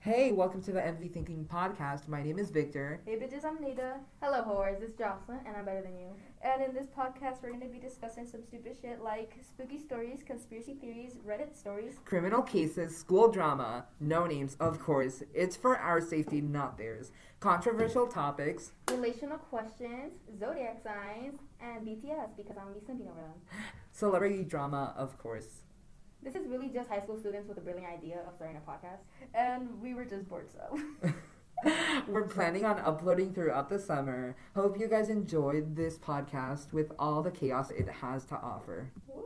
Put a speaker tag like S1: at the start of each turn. S1: Hey, welcome to the Envy Thinking Podcast. My name is Victor.
S2: Hey bitches, I'm Nita.
S3: Hello, whores. It's Jocelyn, and I'm better than you.
S2: And in this podcast, we're going to be discussing some stupid shit like spooky stories, conspiracy theories, Reddit stories.
S1: Criminal cases, school drama, no names, of course. It's for our safety, not theirs. Controversial topics.
S3: Relational questions, zodiac signs, and BTS because I'm Lisa Bean over them.
S1: Celebrity drama, of course.
S3: This is really just high school students with a brilliant idea of starting a podcast.
S2: And we were just bored, so.
S1: We're planning on uploading throughout the summer. Hope you guys enjoyed this podcast with all the chaos it has to offer.
S2: Woo.